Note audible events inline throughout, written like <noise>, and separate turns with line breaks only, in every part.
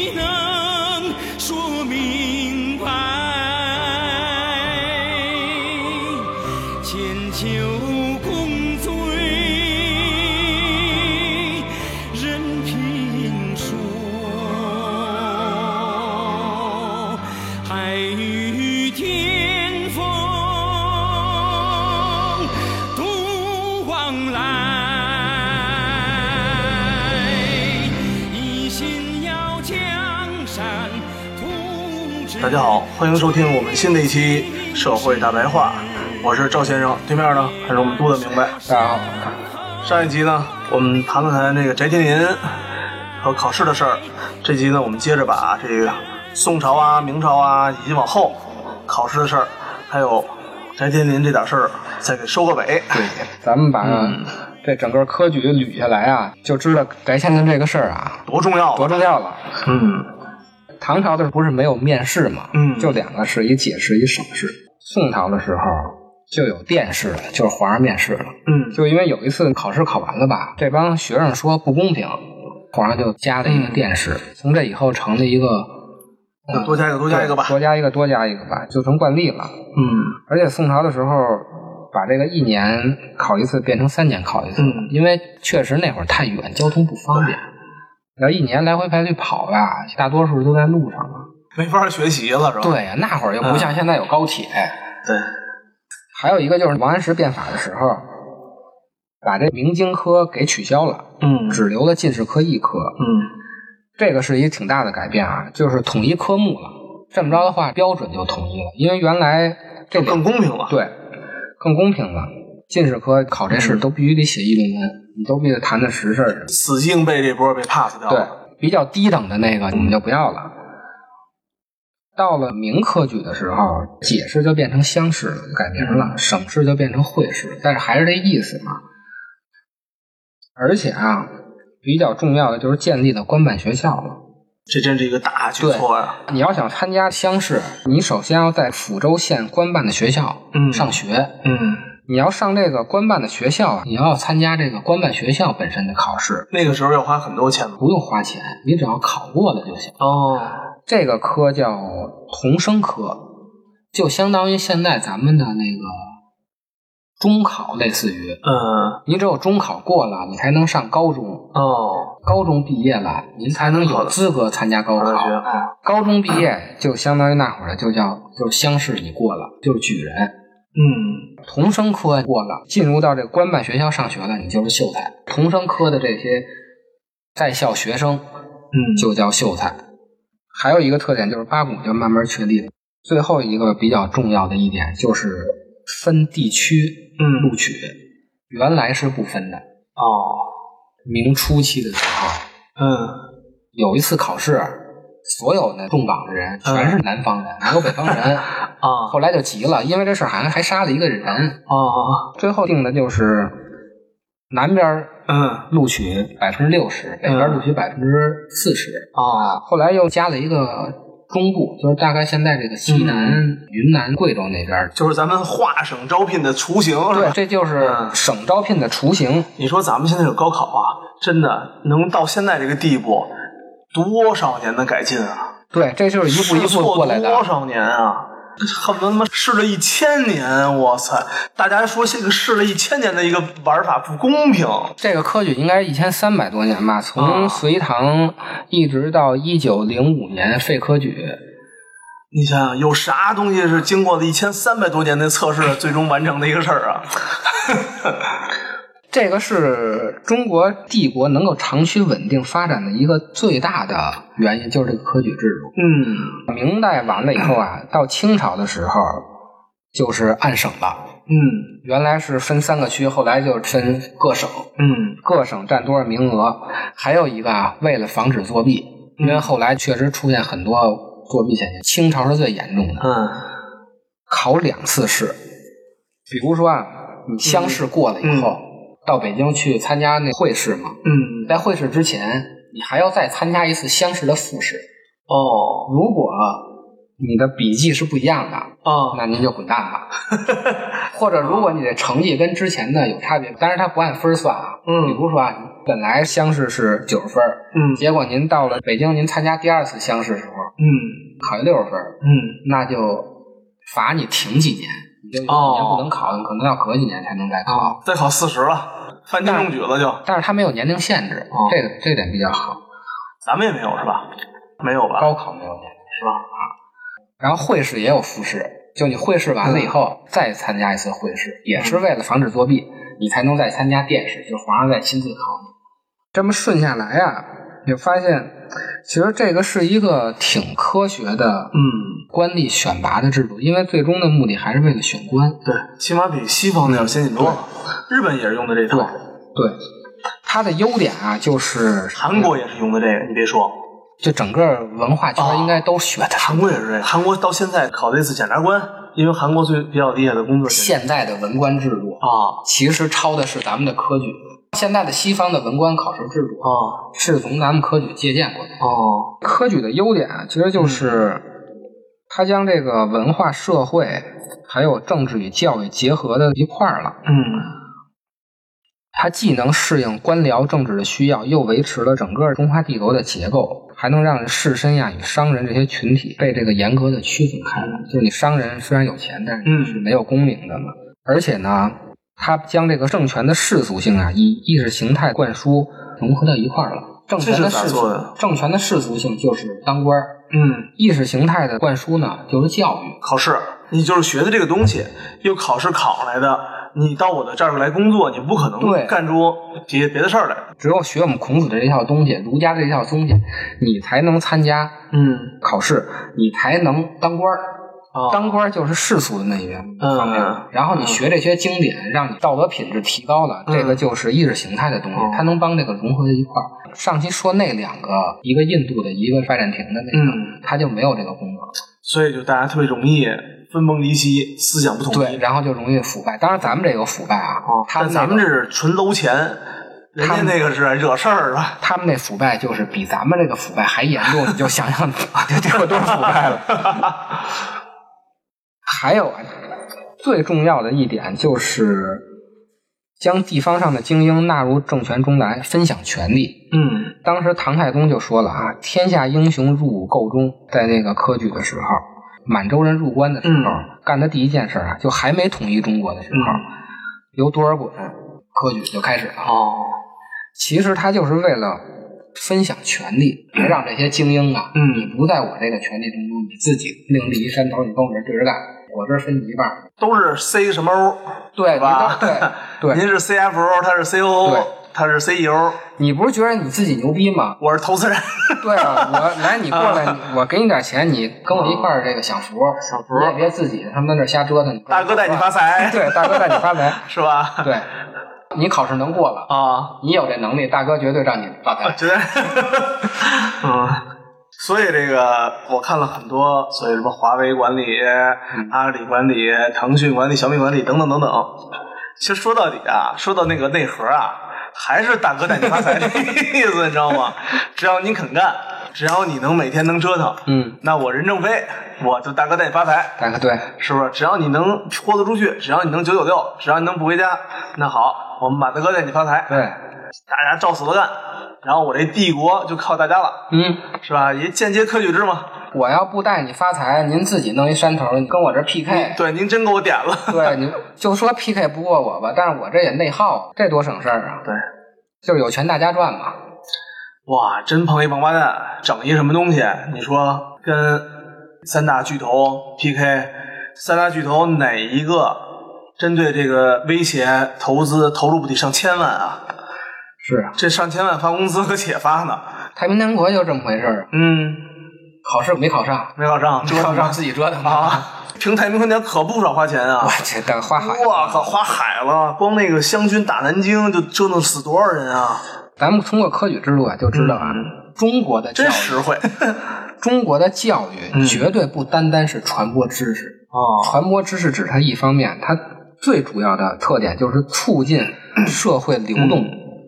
能说明白？千秋共醉，任评说。海与天风独往来，一心要江山图之。
大家好，欢迎收听我们新的一期《社会大白话》，我是赵先生，对面呢还是我们杜的明白。大家好。上一集呢，我们谈了谈这个翟天临和考试的事儿，这集呢，我们接着把这个宋朝啊、明朝啊以及往后考试的事儿，还有翟天临这点事儿，再给收个尾。
对，咱们把
嗯
这整个科举捋下来啊，就知道翟天临这个事儿啊
多重要
多
啊！
重要了。
嗯，
唐朝的时候不是没有面试嘛，
嗯
就两个试，一解试，一省试。宋朝的时候就有殿试了，就是皇上面试了。
嗯
就因为有一次考试考完了吧，这帮学生说不公平，皇上就加了一个殿试，从这以后成了一个嗯
就嗯多加一嗯个，多加一个吧。
多加一个，多加一个吧，就成惯例了。
嗯
而且宋朝的时候，把这个一年考一次变成三年考一次，
嗯
因为确实那会儿太远，交通不方便。然后一年来回排队跑吧，大多数都在路上嘛。
没法学习了是吧？
对呀，那会儿又不像现在有高铁。
对，
还有一个就是王安石变法的时候，把这明经科给取消了，
嗯
只留了进士科一科。
嗯
这个是一挺大的改变啊，就是统一科目了。这么着的话，标准就统一了，因为原来这两
更公平了。
对，更公平了。进士科考这试都必须得写议论文，你都必须得谈的实事儿。
死记硬背这波被 pass 掉
对
了。，
比较低等的那个我们就不要了。到了明科举的时候，解释就变成乡试了，改名了；省试就变成会试，但是还是这意思嘛。而且啊，比较重要的就是建立了官办学校了。
这真是一个大举措啊呀、
你要想参加乡试，你首先要在抚州县官办的学校
嗯
上学。
嗯，
你要上这个官办的学校啊，你要参加这个官办学校本身的考试，
那个时候要花很多钱吧
不用花钱，你只要考过了就行。
哦，
这个科叫童生科，就相当于现在咱们的那个中考，类似于
嗯，
你只有中考过了，你才能上高中，
哦，
高中毕业了，您才能
好
有
的
资格参加高
考大学
考。哎
啊，
高中毕业就相当于那会儿就叫就是乡试你过了，就是举人。
嗯，
童生科过了，进入到这个官办学校上学了，你就是秀才。童生科的这些在校学生
嗯，
就叫秀才。还有一个特点就是八股就慢慢确立了。最后一个比较重要的一点就是分地区
嗯
录取，原来是不分的。
哦，
明初期的时候，
嗯，
有一次考试，所有的中榜的人全是南方人，没有北方人。
嗯 <laughs> 啊，
后来就急了，因为这事儿好像还杀了一个人。
哦，
最后定的就是南边儿
嗯，
录取百分之六十，北边儿录取百分之四十。啊
哦，
后来又加了一个中部，就是大概现在这个西南、云南、贵州那边儿。
嗯就是咱们画省招聘的雏形是
对，
吧？
这就是
嗯
省招聘的雏形。
你说咱们现在有高考啊，真的能到现在这个地步，多少年的改进啊，
对，这就是一步一
试
步
错
过来的。
多少年啊！恨不得他妈试了一千年，我操！大家说这个试了一千年的一个玩法不公平，
这个科举应该一千三百多年吧，
啊
从隋唐一直到一九零五年废科举。
你想想，有啥东西是经过了一千三百多年的测试，最终完成的一个事儿啊？
这个是中国帝国能够长期稳定发展的一个最大的原因，就是这个科举制度。
嗯
明代完了以后啊，到清朝的时候就是按省了。
嗯
原来是分三个区，后来就分各省，
嗯
各省占多少名额。还有一个啊，为了防止作弊，因为后来确实出现很多作弊现象，清朝是最严重的，
嗯
考两次试。比如说啊，你乡试过了以后，到北京去参加那会试嘛，
嗯
在会试之前，你还要再参加一次乡试的复试。
哦
如果啊你的笔记是不一样的，
啊
那您就滚蛋吧。或者如果你的成绩跟之前的有差别，但是它不按分儿算啊。
嗯
比如说啊，你本来乡试是九十分儿，
嗯
结果您到了北京，您参加第二次乡试的时候
嗯
考一六十分儿，
嗯
那就罚你停几年，你就一
哦
年不能考，你可能要隔几年才能再考。
啊，再考四十了，翻金中举了就，
但是它没有年龄限制，
哦嗯
这个这点比较好。
咱们也没有是吧？没有吧？
高考没有年龄是吧？啊，然后会试也有复试，就你会试完了以后、
嗯
再参加一次会试，也是为了防止作弊，你才能再参加殿试，就是皇上再亲自考你。这么顺下来啊，你就发现其实这个是一个挺科学的
嗯，
官吏选拔的制度，因为最终的目的还是为了选官。
对，起码比西方的要先进多了。日本也是用的这
嗯对
套，
对，它的优点啊，就是
韩国也是用的这个，你别说，
就整个文化圈应该都学的。
韩国也是这个。韩国到现在考这次检察官，因为韩国最比较厉害的工作是
现在的文官制度
啊
其实抄的是咱们的科举。现在的西方的文官考试制度
啊
是从咱们科举借鉴过来的。啊
哦
科举的优点啊，其实就是它将这个文化、社会还有政治与教育结合的一块儿了。
嗯
它既能适应官僚政治的需要，又维持了整个中华帝国的结构，还能让士绅呀与商人这些群体被这个严格的区分开来。就是你商人虽然有钱，但是
嗯
你是没有功名的嘛。而且呢，它将这个政权的世俗性啊，以意识形态灌输融合到一块儿了。政权
这
的
是咋
世俗
做的，
政权的世俗性就是当官儿；
嗯，
意识形态的灌输呢，就是教育。
考试你就是学的这个东西，又考试考上来的，你到我的这儿来工作，你不可
对
能干出别别的事儿来。
只有学我们孔子的这套东西，儒家的这套东西，你才能参加
嗯
考试，你才能当官儿。
啊，
当官儿就是世俗的那一面方面，
嗯
然后你学这些经典，让你道德品质提高了，
嗯
这个就是意识形态的东西
嗯，
它能帮这个融合在一块儿。上期说那两个，一个印度的，一个拜占庭的那个，
嗯，
它就没有这个功能，
所以就大家特别容易分崩离析，思想不统一。
对，然后就容易腐败。当然，咱们这个腐败啊，
哦，
他
但
们
咱们
那
这
个
是纯搂钱，人
他
家
们
那个是惹事儿是 <laughs> 吧？
他们那腐败就是比咱们这个腐败还严重，你就想想 <laughs> 得有多腐败了。还有啊，最重要的一点就是将地方上的精英纳入政权中来，分享权力。
<laughs> 嗯
当时唐太宗就说了啊，天下英雄入伍购中，在那个科举的时候，满洲人入关的时候，
嗯
干的第一件事啊，就还没统一中国的时候，
嗯
由多尔衮科举就开始了。
哦
其实他就是为了分享权利，别让这些精英啊，
嗯
你不在我这个权利当中，你自己另立一山头，你跟我这对着干，我这分你一半儿，
都是 C 什么 O
对
是吧？ <laughs>
对对
您是 CFO，他是 COO，
对
他是 CEO，？
你不是觉得你自己牛逼吗
我是投资人。
对啊，
<laughs>
我来你过来，你我给你点钱，你跟我一块儿这个享福，享
啊福
你也别自己他妈那儿瞎折腾。
<laughs> 大哥带你发， <laughs> 财，
对，大哥带你发财，
<laughs> 是吧？
对，你考试能过了，
啊，
你有这能力，大哥绝对让你
<laughs>
发财。
觉得， <laughs> 嗯。所以这个我看了很多，所以什么华为管理、阿里管理、腾讯管理、小米管理等等等等。其实说到底啊，说到那个内核啊，还是大哥带你发财的 <laughs> 意思，你知道吗？只要你肯干，只要你能每天能折腾，
嗯，
那我任正非我就大哥带你发财。
大哥对，
是不是？只要你能豁得出去，只要你能九九六，只要你能不回家，那好，我们马大哥带你发财，
对，
大家照死了干，然后我这帝国就靠大家了，
嗯。
是吧？也间接科举制嘛。
我要不带你发财，您自己弄一山头，你跟我这 PK，
对，您真给我点了。<laughs>
<laughs> 对，你就说 PK 不过我吧，但是我这也内耗，这多省事儿啊！
对，
就是有钱大家赚嘛。
哇，真碰一王八蛋，整一什么东西？你说跟三大巨头 PK，三大巨头哪一个针对这个威胁投资投入不得上千万啊？
是啊，
这上千万发工资可且发呢。
太平天国就这么回事儿，
嗯，
考试没考上，
没考上，折
折
腾
腾
吧
上自己折腾吧。
啊，平台明和年可不少花钱啊
<laughs> 我！去，等花海，
我靠，花海了，光那个湘军打南京就折腾死多少人啊！
咱们通过科举制度啊，就知道啊，中国的教
真
育，
实惠
中国的教育
嗯
绝对不单单是传播知识， <laughs>
哦，
传播知识只是
嗯
一方面，它最主要的特点就是促进社会流动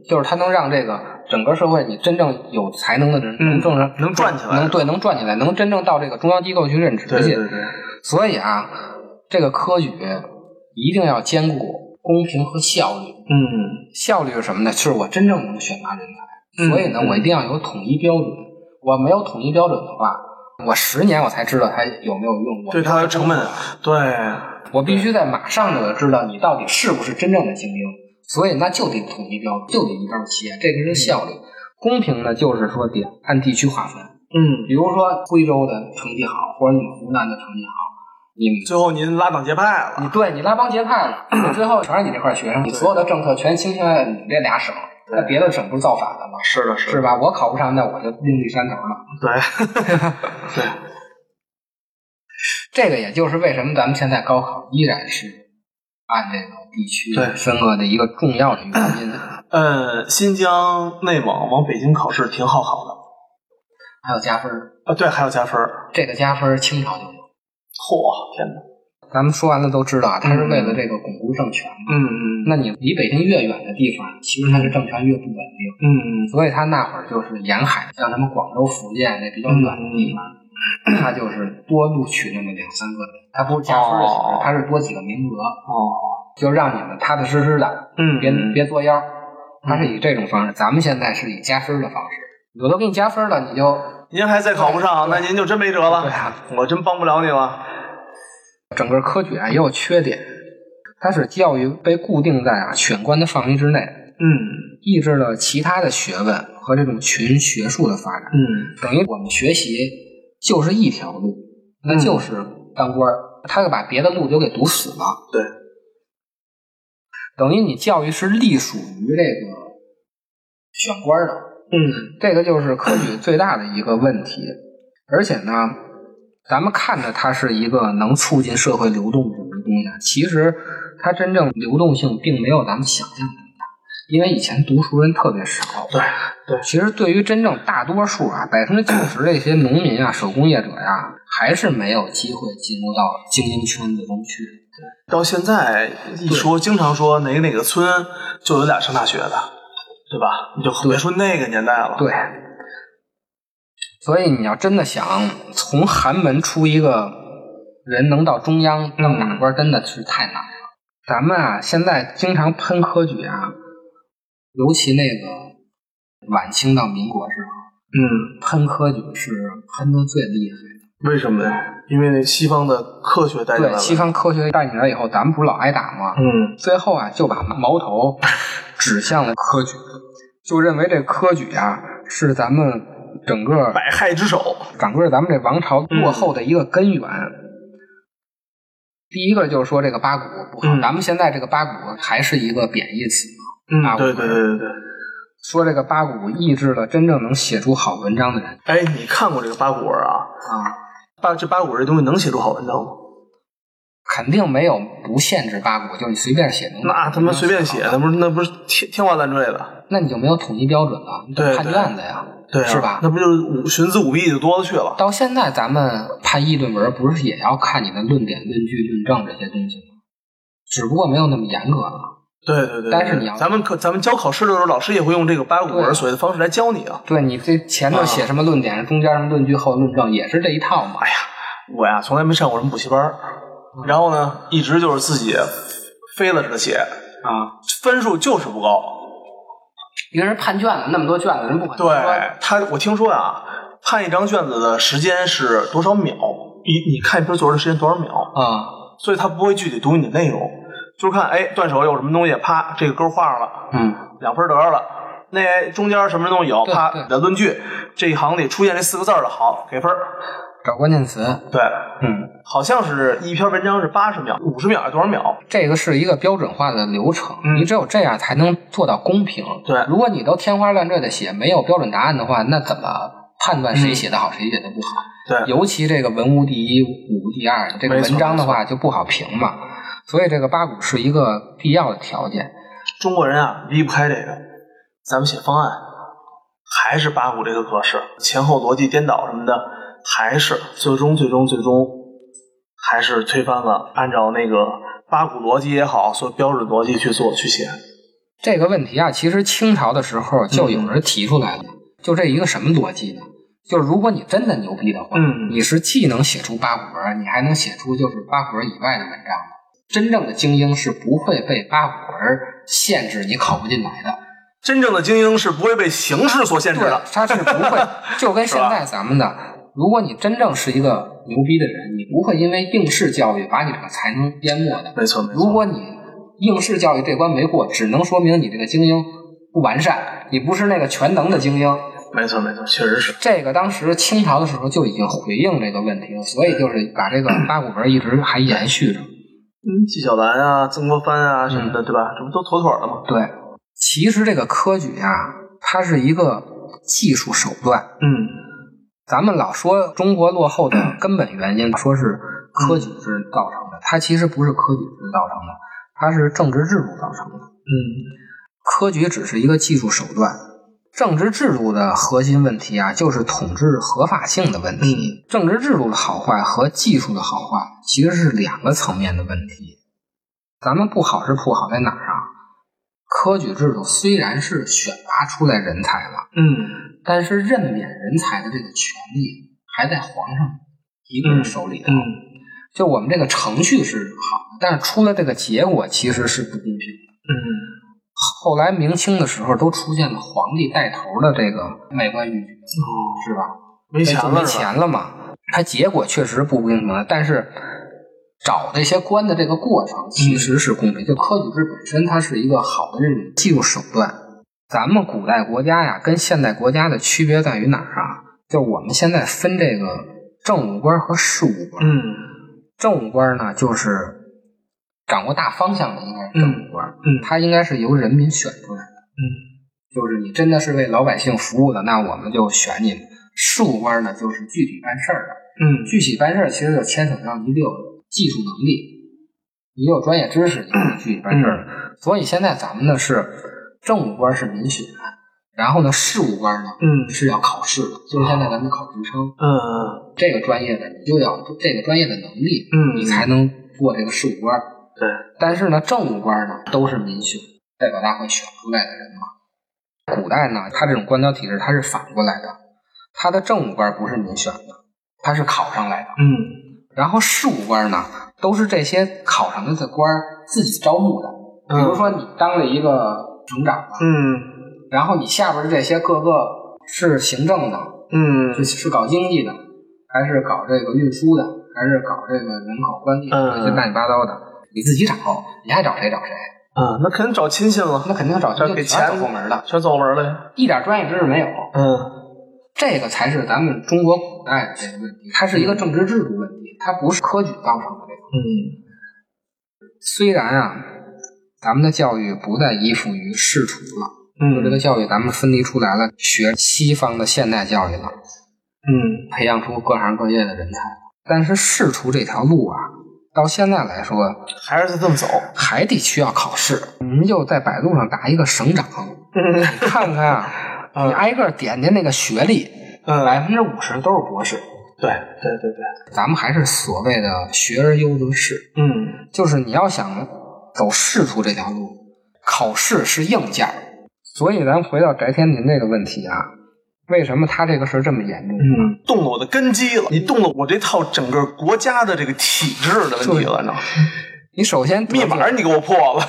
就是它能让这个整个社会你真正有才能的人能正常、
嗯能转起来
能对能转起来，能真正到这个中央机构去任职去。
对对对，
所以啊，这个科举一定要兼顾公平和效率。
嗯
效率是什么呢？就是我真正能选拔人才，
嗯
所以呢，我一定要有统一标准。我没有统一标准的话，我十年我才知道它有没有用。我
对它的成本，对，嗯
我必须在马上就知道你到底是不是真正的精英，所以那就得统一标准，就得一刀切，这个是效率。公平呢，就是说得按地区划分，
嗯，
比如说徽州的成绩好，或者你们湖南的成绩好，你们
最后您拉党结派
你
了，
对你拉帮结派了，你最后全是你这块学生，你所有的政策全倾向于你这俩省，那别的省不是造反了吗？
是的，
是
的，
吧？我考不上，那我就另立山头了。 <laughs>
对，对，
这个也就是为什么咱们现在高考依然是按这个地区
对
分割的一个重要的原因。
呃，新疆、内蒙往北京考试挺好考的
还有加分儿，
啊，对，还有加分儿，
这个加分儿清朝就有。
嚯，天哪，
咱们说完了都知道啊，它是为了这个巩固政权嘛。
嗯嗯
那你离北京越远的地方，其实它的政权越不稳定，
嗯
所以它那会儿就是沿海，像什么广州、福建那比
嗯
较远的地方， <clears throat> 它就是多录取那么两三个人，它不是加分儿的形
哦
式，它是多几个名额，
哦，
就让你们踏踏实实的，
嗯，
别别作妖。它是以这种方式，咱们现在是以加分儿的方式，有的给你加分儿了，你就
您还再考不上，那您就真没辙了。
对啊
我真帮不了你了。
整个科举啊也有缺点，它使教育被固定在啊选官的范围之内，
嗯
抑制了其他的学问和这种群学术的发展。
嗯
等于我们学习就是一条路，
嗯
那就是当官儿，他就把别的路就给堵死了。
对，
等于你教育是隶属于这个选官儿的，
嗯
这个就是科举最大的一个问题。而且呢，咱们看着它是一个能促进社会流动的这么一个东西啊，其实它真正流动性并没有咱们想象的那么大，因为以前读书人特别少。
对对
其实对于真正大多数啊，百分之九十这些农民啊、手工业者呀、还是没有机会进入到精英圈子中去。
到现在一说，经常说哪个哪个村就有俩上大学的，对吧？你就别说那个年代了。
对，所以你要真的想从寒门出一个人能到中央当大官，真的是太难了。咱们啊，现在经常喷科举啊，尤其那个晚清到民国时候，
嗯，
喷科举是喷的最厉害的。
为什么呀？因为西方的科学带进来
对，
了。
西方科学带进来以后，咱们不是老挨打吗？
嗯
最后啊，就把
<laughs>
矛头指向了科举，就认为这科举啊是咱们整个
百害之首。
整个咱们这王朝
嗯
落后的一个根源。第一个就是说这个八股不好，
嗯
咱们现在这个八股还是一个贬义词嘛。
嗯
啊
对对对对对。
说这个八股抑制了真正能写出好文章的人
哎，你看过这个八股文啊？
啊，
八这八股文这东西能写出好文章吗？
肯定没有不限制八股，就是你随便写能。
那他妈随便写，那不是那不是天天花乱坠的？
那你就没有统一标准了，你得
对
判
对
卷子呀，
对啊，
是吧？
那不就是五徇私舞弊就多了去了？
到现在咱们判议论文，不是也要看你的论点、论据、论证这些东西吗？只不过没有那么严格了。
对对对对，
但是你要
咱们可咱们教考试的时候，老师也会用这个八股
对啊
文所谓的方式来教你啊。
对你这前头写什么论点，中间什么论据，后论证，也是这一套嘛。哎呀，
我呀，从来没上过什么补习班儿，
嗯
然后呢，一直就是自己飞了似的写，
啊，
分数就是不高。
一个人判卷子那么多卷子，人不可能
对
说
他，我听说啊，判一张卷子的时间是多少秒？你你看一篇作文的时间多少秒？
啊，
所以他不会具体读你的内容，就是看哎断手有什么东西，啪这个勾画上了，
嗯，
两分得了。那哎中间什么东西有，
对
啪
对
你的论据这一行里出现这四个字儿的好给分儿。
找关键词，
对，
嗯，
好像是一篇文章是八十秒、五十秒还是多少秒？
这个是一个标准化的流程，
嗯
你只有这样才能做到公平。
对
如果你都天花乱坠的写，没有标准答案的话，那怎么判断谁写的好，谁写的不好？
对，
尤其这个文无第一，武无第二，这个
没错
文章的话就不好评嘛。所以这个八股是一个必要的条件。
中国人啊离不开这个。咱们写方案还是八股这个格式，前后逻辑颠倒什么的，还是最终最终最终还是推翻了按照那个八股逻辑也好，所标准逻辑去做去写。
这个问题啊，其实清朝的时候
嗯
就有人提出来了，就这一个什么逻辑呢？就是如果你真的牛逼的话，
嗯
你是既能写出八股文，你还能写出就是八股文以外的文章的。真正的精英是不会被八股文限制你考不进来的，
真正的精英是不会被形式所限制
对
的，。
他是不
<laughs>
会，就跟现在咱们的，如果你真正是一个牛逼的人，你不会因为应试教育把你这个才能淹没的。
没错，没
如
错。
果你应试教育这关没过，只能说明你这个精英不完善，你不是那个全能的精英。
没错，没错，确实是。
这个当时清朝的时候就已经回应这个问题了，所以就是
<clears throat>
把这个八股文一直还延续着。
嗯，纪晓岚啊，曾国藩啊什么的，对吧？这不都妥妥的吗？
对，其实这个科举啊，它是一个技术手段。
嗯，
咱们老说中国落后的根本原因，说是科举制造成的，它其实不是科举制造成的，它是政治制度造成的。
嗯，
科举只是一个技术手段。政治制度的核心问题啊，就是统治合法性的问题。政治制度的好坏和技术的好坏其实是两个层面的问题。咱们不好是不好在哪儿啊？科举制度虽然是选拔出来人才了，
嗯，
但是任免人才的这个权利还在皇上一个人手里头。
嗯，
就我们这个程序是好的，但是出来这个结果其实是不公平的。
嗯，
后来明清的时候都出现了皇帝带头的这个卖官鬻爵，
哦
是吧？
没钱
那就没
了是吧？
钱了嘛，它结果确实不公平了，但是找这些官的这个过
嗯
程其实是公平。就科举制本身，它是一个好的这种技术手段。咱们古代国家呀，跟现代国家的区别在于哪儿啊？就我们现在分这个政务官和事务官，
嗯
政务官呢就是掌握大方向的，应该是政务官。
嗯
它应该是由人民选出来的。
嗯
就是你真的是为老百姓服务的，那我们就选你们。事务官呢，就是具体办事儿的。
嗯
具体办事儿其实就牵扯到你得有技术能力，你得有专业知识，你才能具体办事儿。所以现在咱们呢是政务官是民选，然后呢事务官呢
嗯
是要考试的，就是现在咱们考职称，
嗯，
这个专业的你就要有这个专业的能力，
嗯
你才能做这个事务官。
对，
但是呢，政务官呢都是民选，代表大会选出来的人嘛。古代呢，他这种官僚体制它是反过来的，他的政务官不是民选的，他是考上来的。
嗯
然后事务官呢，都是这些考上来的官儿自己招募的。比如说你当了一个省长吧，
嗯
然后你下边的这些各个是行政的，
嗯
是是搞经济的，还是搞这个运输的，还是搞这个人口管理的，
嗯
这些乱七八糟的，你自己找，你爱找谁找谁。
嗯，那肯定找亲戚了，
那肯定找
这
就
给
全
钱
走后门的，
全走门了呀。
一点专业知识没有。
嗯
这个才是咱们中国古代的这个问题，它是一个政治制度问题，它不是科举造成的这个。
嗯
虽然啊，咱们的教育不再依附于仕途了，就这个
嗯
教育咱们分离出来了，学西方的现代教育了，
嗯
培养出各行各业的人才。但是仕途这条路啊，到现在来说
还是这么走。
还得需要考试。您就在百度上打一个省
<laughs>
长，
嗯
你看看啊，
嗯
你挨个点点那个学历，
嗯，
百分之五十都是博士。
对对对对，
咱们还是所谓的“学而优则仕
嗯”，
就是你要想走仕途这条路，考试是硬件儿。所以咱回到翟天临这个问题啊，为什么他这个事儿这么严重？
嗯，动了我的根基了，你动了我这套整个国家的这个体制的问题了，你知道吗？
你首先得
密
罪
码你给我破了。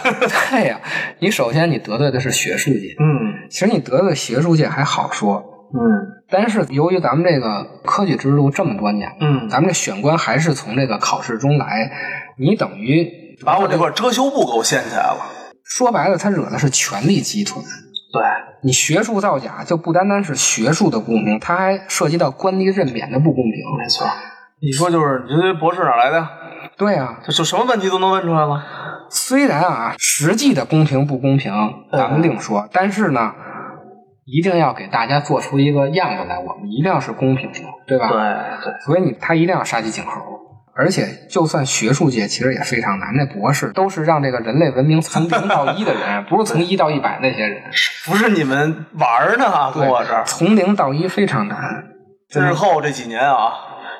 对呀、你首先你得罪的是学术界。
嗯
其实你得罪学术界还好说，
嗯
但是由于咱们这个科举制度这么多年了，
嗯，
咱们这选官还是从这个考试中来，你等于
把我这块遮羞布给我掀起来了。
说白了，他惹的是权力集团。
对，
你学术造假就不单单是学术的不公平，它还涉及到官吏任免的不公平。
没错。你说就是，你这博士哪来的呀？
对啊，
这就什么问题都能问出来了。
虽然啊实际的公平不公平咱们另说，但是呢，一定要给大家做出一个样子来，我们一定要是公平的，对吧？
对对，
所以你他一定要杀鸡儆猴。而且，就算学术界其实也非常难，那博士都是让这个人类文明从零到一的
<laughs>
人，不是从一到一百那些人。
不是你们玩儿呢啊，跟我这儿。
从零到一非常难。
日后这几年啊，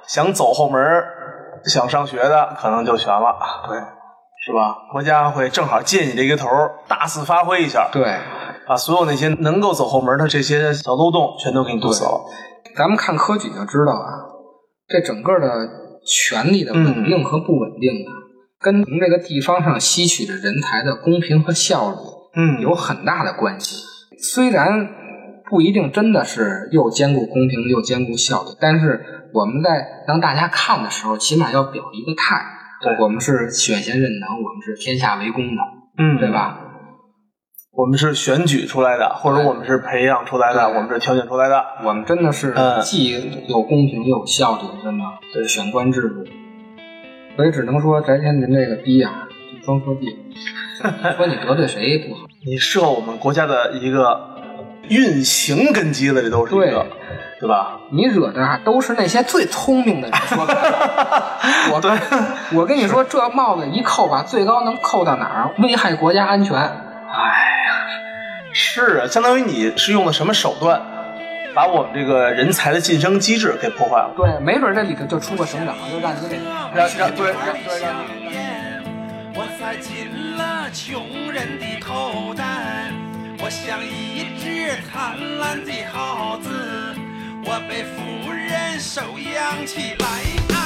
想走后门儿、想上学的，可能就悬了。
对，
是吧？国家会正好借你这个头儿，大肆发挥一下，
对，
把所有那些能够走后门的这些小漏洞全都给你堵死了。
咱们看科举就知道啊，这整个的权力的
嗯
稳定和不稳定啊，跟从这个地方上吸取的人才的公平和效率
嗯，
有很大的关系。虽然不一定真的是又兼顾公平又兼顾效率，但是我们在让大家看的时候，起码要表一个态
对。
我们是选贤任能，我们是天下为公的，
嗯，
对？吧？
我们是选举出来的，或者我们是培养出来的，
对
我们是挑选出来的。
我们真的是
嗯
既有公平又有效率，真的
对
选官制度。所以只能说翟天临这个逼啊，就装作逼，说你得罪谁不好。
你涉我们国家的一个运行根基了，这都是一个，对吧？
你惹的啊，都是那些最聪明的人说
<laughs>
出来的。我
对，
<laughs> 我跟你说，这帽子一扣吧，最高能扣到哪儿？危害国家安全。
是啊，相当于你是用了什么手段，把我们这个人才的晋升机制给破坏了。
对，没准这里头就出个省长，就让你给
让让对
让对让你
我塞进了穷人的口袋，我像一只贪婪的耗子，我被富人收养起来。哎